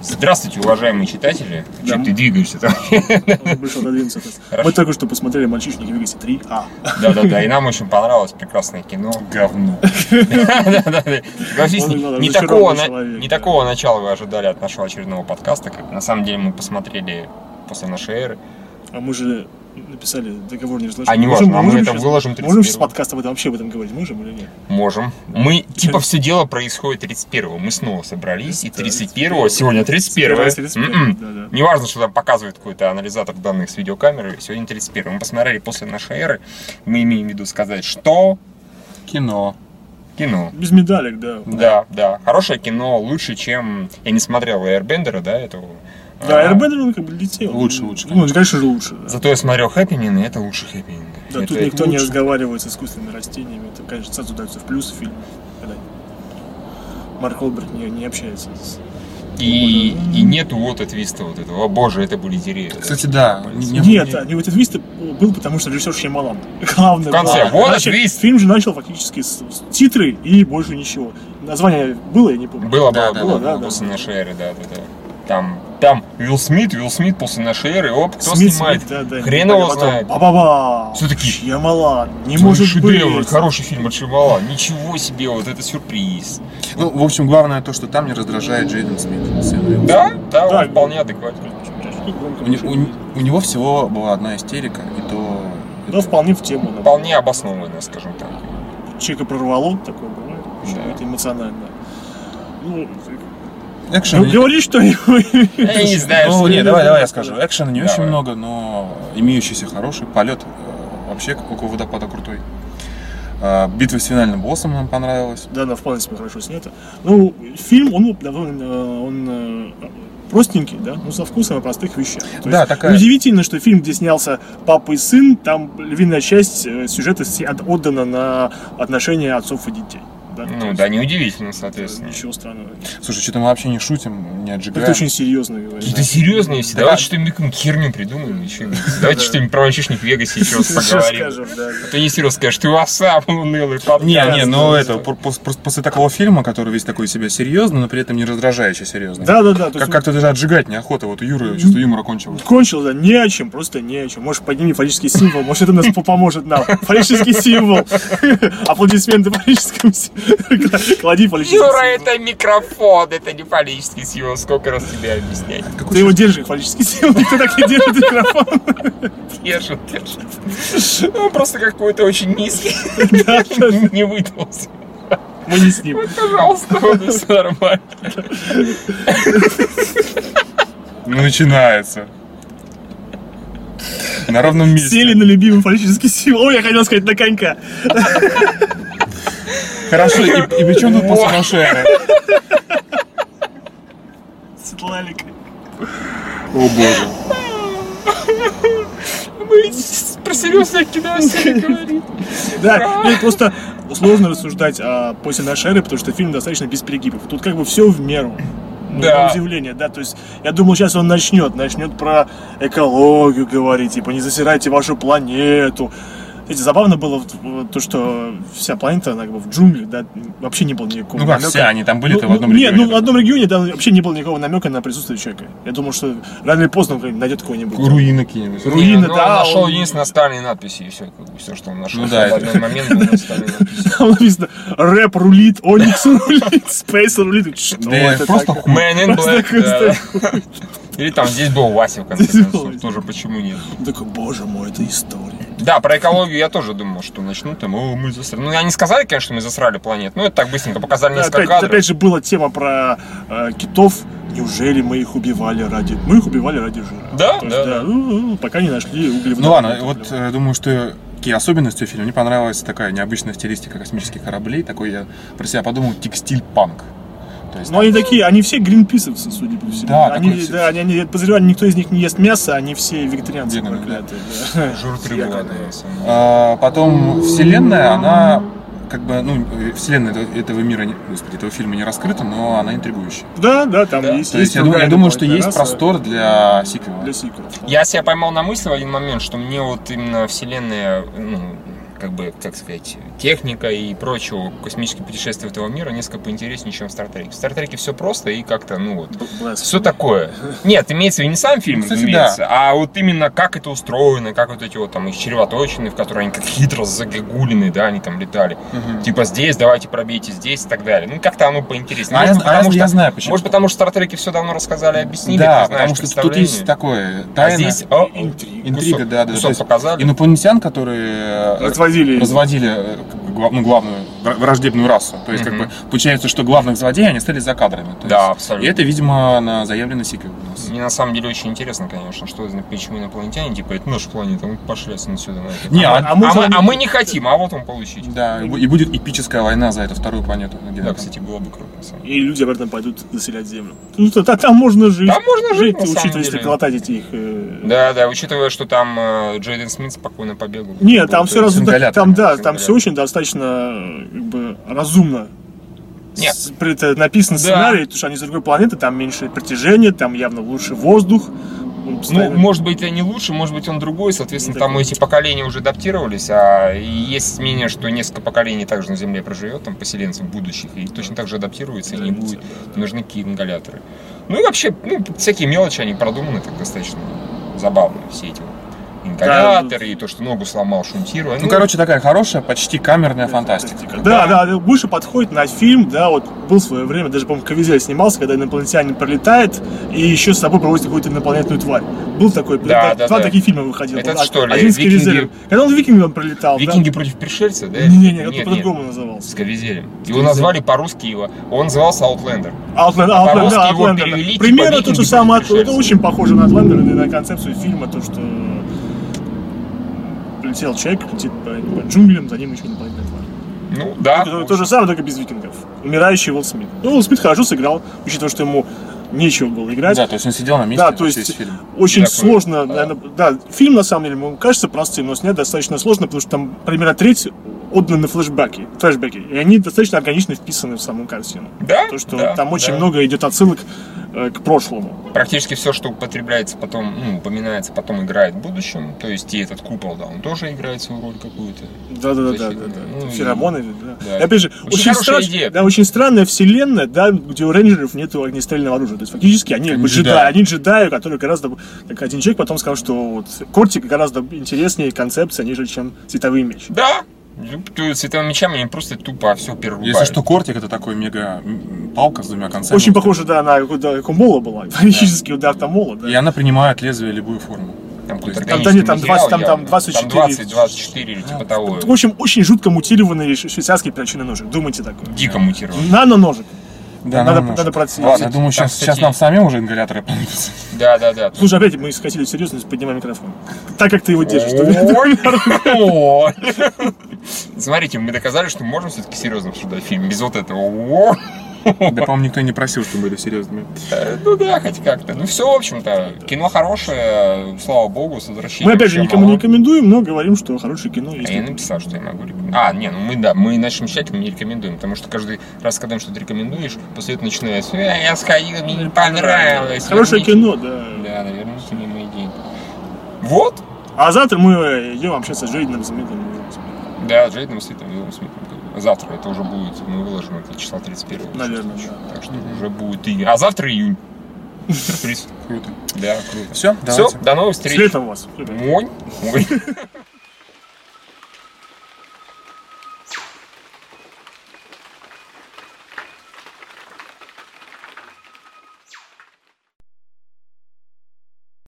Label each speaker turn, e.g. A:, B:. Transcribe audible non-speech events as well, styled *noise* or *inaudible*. A: Здравствуйте, уважаемые читатели.
B: Да.
A: Че ты двигаешься
B: *laughs*
A: там?
B: Он решил отодвинуться от нас.
A: Хорошо.
B: Мы только что посмотрели «Мальчишники в А». Вегасе 3А».
A: Да-да-да, и нам очень понравилось прекрасное кино
B: *laughs*
A: «Говно». Да-да-да. Согласись,
B: Он,
A: не-
B: да,
A: не
B: разочарованный
A: такого на-
B: человек,
A: не
B: да.
A: такого начала вы ожидали от нашего очередного подкаста, как на самом деле мы посмотрели после нашей эры.
B: А мы же написали договор не разглашения.
A: А не
B: Можем-
A: важно, а мы
B: можем
A: это
B: щас-
A: выложим
B: Можем сейчас
A: 31
B: подкаст об этом вообще об этом говорить? Можем или нет?
A: Можем. Мы, типа, все дело происходит 31-го. Мы снова собрались, и 31-го, сегодня М-м. 31-го.
B: 31 да-да.
A: Неважно, что там показывает какой-то анализатор данных с видеокамеры, сегодня 31. Мы посмотрели после нашей эры, мы имеем в виду сказать, что
C: Кино.
A: кино.
B: Без медалек, да.
A: Да, да, хорошее кино, лучше, чем... Я не смотрел Airbender, да, этого.
B: Да,
A: А,
B: Airbender, он как бы летел.
C: Лучше, лучше,
B: Ну, конечно же лучше. да.
A: Зато я смотрел Хэппинин, и это лучше Хэппинин.
B: Да, тут никто не разговаривает с искусственными растениями. Это, конечно, сразу дается в плюс фильм. Когда Марк Олберт не, не общается с...
A: И, и нету вот отвиста вот этого. О боже, это были деревья.
C: Кстати, да. не- не-
B: Нет,
C: не-
B: а, не вот этот вист был, потому что режиссер Шьямалан. *laughs* Главное.
A: В конце,
B: было.
A: вот
B: Значит,
A: твист.
B: Фильм же начал фактически с, с титры и больше ничего. Название было, я не помню.
A: Было,
C: Да,
A: было,
C: да,
A: было,
B: да,
A: было
B: да.
A: после нашей эры, да, да, да. Там, там Уилл Смит, Уилл Смит после нашей эры, оп, кто
B: Смит,
A: снимает?
B: Смит, да, да,
A: Хрен
B: не
A: его
B: потом
A: знает.
B: Ба-ба-ба.
A: Всё-таки.
B: Шьямалан. Не
A: Твой
B: может
A: шедевр,
B: быть.
A: хороший фильм от Шивала. Ничего себе, вот это сюрприз.
C: Ну, в общем, главное то, что там не раздражает Джейден Смит. сын Уилла.
A: Да, да, он
B: Да.
A: вполне адекватен.
C: У, не- у не- у него всего была одна истерика, и то...
B: Да, вполне в тему. да.
A: Вполне обоснованно, скажем так.
B: Человека прорвало, такое бывает.
A: Да.
B: Это эмоционально. Ну,
C: Экшен...
B: ну, говори что-нибудь.
A: Я не знаю,
C: Ну,
A: что-
C: не, давай, давай я скажу. Экшена не
A: Давай.
C: очень много, но имеющийся хороший полет. э, Вообще, как у водопада крутой. А, Битва с финальным боссом нам понравилась.
B: Да, она вполне себе хорошо снята. Ну, фильм, он, довольно, э, он э, простенький, да, но со вкусом о простых вещах. То
C: Да,
B: есть
C: такая-
B: Удивительно, что фильм, где снялся папа и сын, там львиная часть э, сюжета си- от- отдана на отношения отцов и детей. Да? То
A: Ну
B: есть,
A: да, неудивительно,
B: э,
A: соответственно.
B: Ничего странного.
C: Слушай, что-то мы вообще не шутим, не
B: Это
C: отжигаем.
B: очень серьезно говорит.
A: Ты серьезно, все?
C: Да.
A: Давайте что-нибудь какую-нибудь херню придумаем. еще.
C: *laughs*
A: Давайте что-нибудь про мальчишник в Вегасе еще раз поговорим.
B: да.
A: А то не серьезно скажешь, ты у вас сам унылый подкаст.
C: Не, не, ну
A: Да,
C: это пор- пос- просто после такого фильма, который весь такой себя серьезный, но при этом не раздражающий серьезный.
B: Да, да, да. то
C: Как-
B: есть
C: Как-то даже отжигать неохота. Вот у Юры чувство юмора кончилось.
B: Кончил, да, не о чем, просто не о чем. Может, подними фаллический символ, может, это нас по- поможет нам. Фаллический символ. Аплодисменты фаллическому символу. Клади фаллический
A: Юра,
B: символ.
A: это микрофон, это не политический символ. Сколько раз тебе объяснять?
B: Ты его держи, фаллический символ, ты так и
A: *laughs*
B: держит микрофон.
A: Держит, держит. Он просто какой-то очень низкий. *laughs*
B: Да, да,
A: Не выдался.
B: Мы не с ним.
A: *laughs* Пожалуйста, все нормально.
C: Ну, начинается. На ровном месте.
B: Сели на любимый фаллический символ. Ой, я хотел сказать на конька.
C: Хорошо, и, и причем тут после
B: *laughs*
C: нашей эры?
B: Светлалик.
C: О боже.
A: Мы с- про серьезное кино сегодня говорим.
B: Да, нет, просто сложно рассуждать а, после нашей эры, потому что фильм достаточно без перегибов. Тут как бы все в меру. Ну,
A: Да.
B: на удивление, да, то есть я думал, сейчас он начнет, начнет про экологию говорить, типа не засирайте вашу планету. Знаете, забавно было вот, э, то, что вся планета, она как бы в джунглях, да, вообще не было никакого
C: Ну как
B: намека.
C: все, они там были-то
B: Ну,
C: в одном
B: ну,
C: регионе.
B: Нет, ну в одном регионе да, вообще не было никакого намека на присутствие человека. Я думал, что рано или поздно он как-нибудь найдет кого-нибудь.
C: Руины кинулись.
B: Ру- Руины,
A: Не, ну,
B: да,
A: Он нашел
B: он-
A: единственное остальные надписи, и все, как бы, все, что он нашел.
C: Ну да,
A: В
C: это-
A: один момент был остальные надписи.
B: Там написано «Рэп рулит», «Оникс рулит», «Спейс рулит». Что
C: Да,
B: ну, это
C: просто
B: такое?
C: хуй.
A: Man in
B: Просто
A: Black, да. Или там здесь был Вася, в конце
B: Здесь был
A: концов,
B: Вася.
A: тоже почему нет.
B: Он такой, боже мой, это история.
A: Да, про экологию я тоже думал, что начнут там, о, мы засрали. Ну, они сказали, конечно, что мы засрали планету, но это так быстренько показали
B: Да,
A: несколько
B: опять,
A: кадров.
B: опять же была тема про э, китов. Неужели мы их убивали ради... Мы их убивали ради жира.
A: Да,
B: То есть,
A: да, да.
B: ну, ну, пока не нашли углеводородов.
C: Ну ладно, вот э, думаю, что такие особенности фильма. Мне понравилась такая необычная стилистика космических кораблей. Такой я про себя подумал текстиль-панк. То есть
B: Но они такие, они все гринписовцы, судя по всему.
C: Да,
B: они,
C: такой все-
B: да, они, они- я подозреваю, никто из них не ест мясо, они все вегетарианцы
C: Веганы, да.
B: проклятые. да. *laughs*
A: Жур три
B: Якобы.
A: была, да, на самом деле.
C: А, Потом вселенная, она как бы, ну, э, вселенная этого- этого мира, не- господи, этого фильма не раскрыта, но она интригующая.
B: Да, да, там
A: Да.
B: есть.
C: То есть я думаю, я
B: другая
C: думаю, что
B: дополнительная
C: есть
B: раса
C: простор для сиквела.
B: э. Для сиквелов.
A: Я себя поймал на мысли в один момент, что мне вот именно вселенная, ну, как бы, так сказать, техника и прочего космических путешествий этого мира несколько поинтереснее, чем в Стартреке. В Стартреке все просто и как-то, ну вот, все такое. Нет, имеется в виду не сам фильм,
C: Ну, кстати,
A: разумеется, а вот именно как это устроено, как вот эти вот там из червоточины, в которые они как хитро загогулины, да, они там летали.
C: Мгм.
A: Типа здесь давайте пробейте, здесь и так далее. Ну как-то оно поинтереснее.
C: А я,
A: Может,
C: а я-
A: потому что-
C: я знаю почему.
A: может, потому что в Стартреке все давно рассказали, объяснили,
C: да,
A: ты знаешь
C: потому что тут есть
A: представление.
C: такое
A: А
C: тайна,
A: здесь а,
B: Интрига.
C: интрига,
A: кусок-
C: да, да.
A: кусок
C: То есть
A: показали.
C: инопланетян, которые э,
B: Разводили.
C: разводили э, как бы гла- ну, главную вра- враждебную расу. То есть,
A: Мгм.
C: как бы, получается, что главных злодеев они стали за кадрами. То
A: Да,
C: есть-
A: абсолютно.
C: И это, видимо, на заявленный сиквел у нас.
A: Мне на самом деле очень интересно, конечно, что за- почему инопланетяне, типа, это наша планета, мы пошли отсюда на это.
C: Не, а-
A: а, мы, а мы не хотим, а вот он получить.
C: Да, и бу- и будет эпическая война за эту вторую планету. где
A: Да,
C: там-
A: кстати, было бы круто. на самом деле.
B: И люди обратно пойдут заселять землю. Ну, то- та- там можно жить.
A: Там можно жить, на самом
B: учитывая, если
A: деле.
B: глотать эти их... э,
A: Да, да, учитывая, что там э, Джейден Смит спокойно побегал. ну,
B: Нет, там все
C: раз-
B: разумно.
C: сингалятор,
B: Там, да,
A: сингалятор.
B: там все очень достаточно э, как бы, разумно.
A: Нет.
B: С- при- это написан
A: Да.
B: сценарий, потому что они с другой планеты, там меньше притяжения, там явно лучше воздух. Он
A: Ну,
B: постоянно-
A: может быть, и не лучше, может быть, он другой, соответственно,
B: Ну,
A: там
B: такой.
A: эти поколения уже адаптировались, а и есть мнение, что несколько поколений также на Земле проживет, там, поселенцев будущих, и точно так же адаптируется, и не будет, нужны какие-то ингаляторы. Ну и вообще, ну, всякие мелочи, они продуманы так достаточно забавно, все эти вот ингаляторы, и то, что ногу сломал, шунтируя.
C: Ну, короче, такая хорошая, почти камерная фантастика.
B: Фантастика. Да, да, да, больше подходит на фильм, да, вот был в свое время, даже, по-моему, Ковизель снимался, когда инопланетянин пролетает и еще с собой проводит какую-то инопланетную тварь. Был такой,
A: Да, да,
B: два
A: да.
B: таких фильма выходил.
A: Этот,
B: Вот, а-
A: что ли,
B: Один с
A: «Викинги»?
B: Ковизелем. Когда он викингом пролетал,
A: Викинги против пришельца, да?
B: да? Не-не-не,
A: Нет,
B: это
A: нет,
B: по-другому
A: С
B: назывался.
A: Ковизелем. Его назвали по-русски его. Он назывался Outlander.
B: Outland- Outland-
A: по-русски
B: да,
A: его
B: Outlander, да.
A: перевели, типа,
B: Примерно то
A: «Викинги
B: же самое,
A: пришельцы».
B: это очень похоже на Outlander и на концепцию фильма, то, что прилетел человек, летит по, по джунглям, за ним еще инопланетная тварь.
A: Ну, да.
B: Это то же самое, только без викингов. Умирающий Уилл Смит. Ну, Уилл Смит хорошо сыграл, учитывая, что ему нечего было играть.
C: Да, то есть он сидел на месте
B: Да, то
C: весь
B: есть-
C: фильм.
B: Очень
A: Такой,
B: сложно,
A: да.
B: наверное, да, фильм на самом деле, ему кажется простым, но снят достаточно сложно, потому что там примерно треть отдана на флешбеки, флешбеки, и они достаточно органично вписаны в саму картину.
A: Да,
B: То, что
A: да,
B: там очень
A: да.
B: много идет отсылок э, к прошлому.
A: Практически все, что употребляется потом, ну, упоминается, потом играет в будущем. То есть и этот купол, да, он тоже играет свою роль какую-то.
B: Да, да, да, да,
A: Защита,
B: да,
A: да.
B: да.
A: Ну и-
B: Феромоны, да.
A: Да.
B: И опять же,
A: Очень
B: очень,
A: хорошая
B: страш-
A: идея.
B: да, очень странная вселенная, да, где у рейнджеров нет огнестрельного оружия. То есть фактически они, как бы
C: Джедаи.
B: джедаи, они джедаи, которые гораздо. Как один человек потом сказал, что вот кортик гораздо интереснее концепция, нежели чем световые мечи.
A: Да. То есть этого мечами они просто тупо все перерубают.
C: Если что, кортик это такой мега м, палка с двумя концами.
B: Очень похоже, да, на какой-то Комбола была. Фактически удар там мола, да.
C: И она принимает лезвие любую форму.
A: Там, какой-то
C: Там-
B: там-
A: органический
B: там
A: материал
B: 20, там- там
A: явно.
B: 24.
A: Там 20, 24 или типа того.
B: В общем, очень жутко мутированный ш- швейцарский перочинный ножик. Думайте такое.
A: Дико мутирован.
B: Нано-ножик.
C: Да,
B: надо,
C: нам нужно.
B: надо пройти.
C: Ладно, я думаю,
A: Там,
C: сейчас,
A: кстати,
C: сейчас нам самим уже ингаляторы *laughs* понадобятся.
A: Да, да, да.
B: Слушай, опять мы скатили в серьезность, поднимай микрофон. Так как ты его держишь. *laughs* то-
A: Ой. *laughs* Смотрите, мы доказали, что мы можем все-таки серьезно обсуждать фильм без вот этого. О.
C: Да, по-моему, никто не просил, чтобы были серьезными.
A: Э, Ну да, хоть как-то. Ну все, в общем-то, кино хорошее, слава богу, с возвращением.
B: Мы опять же
A: всё
B: никому не
A: мало.
B: рекомендуем, но говорим, что хорошее кино
A: А я
B: есть.
A: написал, что я могу рекомендовать. А, не, ну мы да, мы нашим чатам не рекомендуем, потому что каждый раз, когда им что-то рекомендуешь, после этого начинается, «Э, я сходил, мне не понравилось.
B: Хорошее
A: верните».
B: кино, да.
A: Да, наверните мне мои деньги. Вот.
B: А завтра мы идем общаться с Джейденом Замедлиным.
A: Да, с Джейденом Смитом, Уиллом Смитом. Завтра это уже будет, мы выложим это числа 31
B: Наверное,
A: Так что уже будет июнь. А завтра июнь. Сюрприз.
C: Круто.
A: Да, круто.
C: Все,
A: Все, до новых
B: С
A: встреч.
B: летом вас. ребят.
A: Монь. Монь.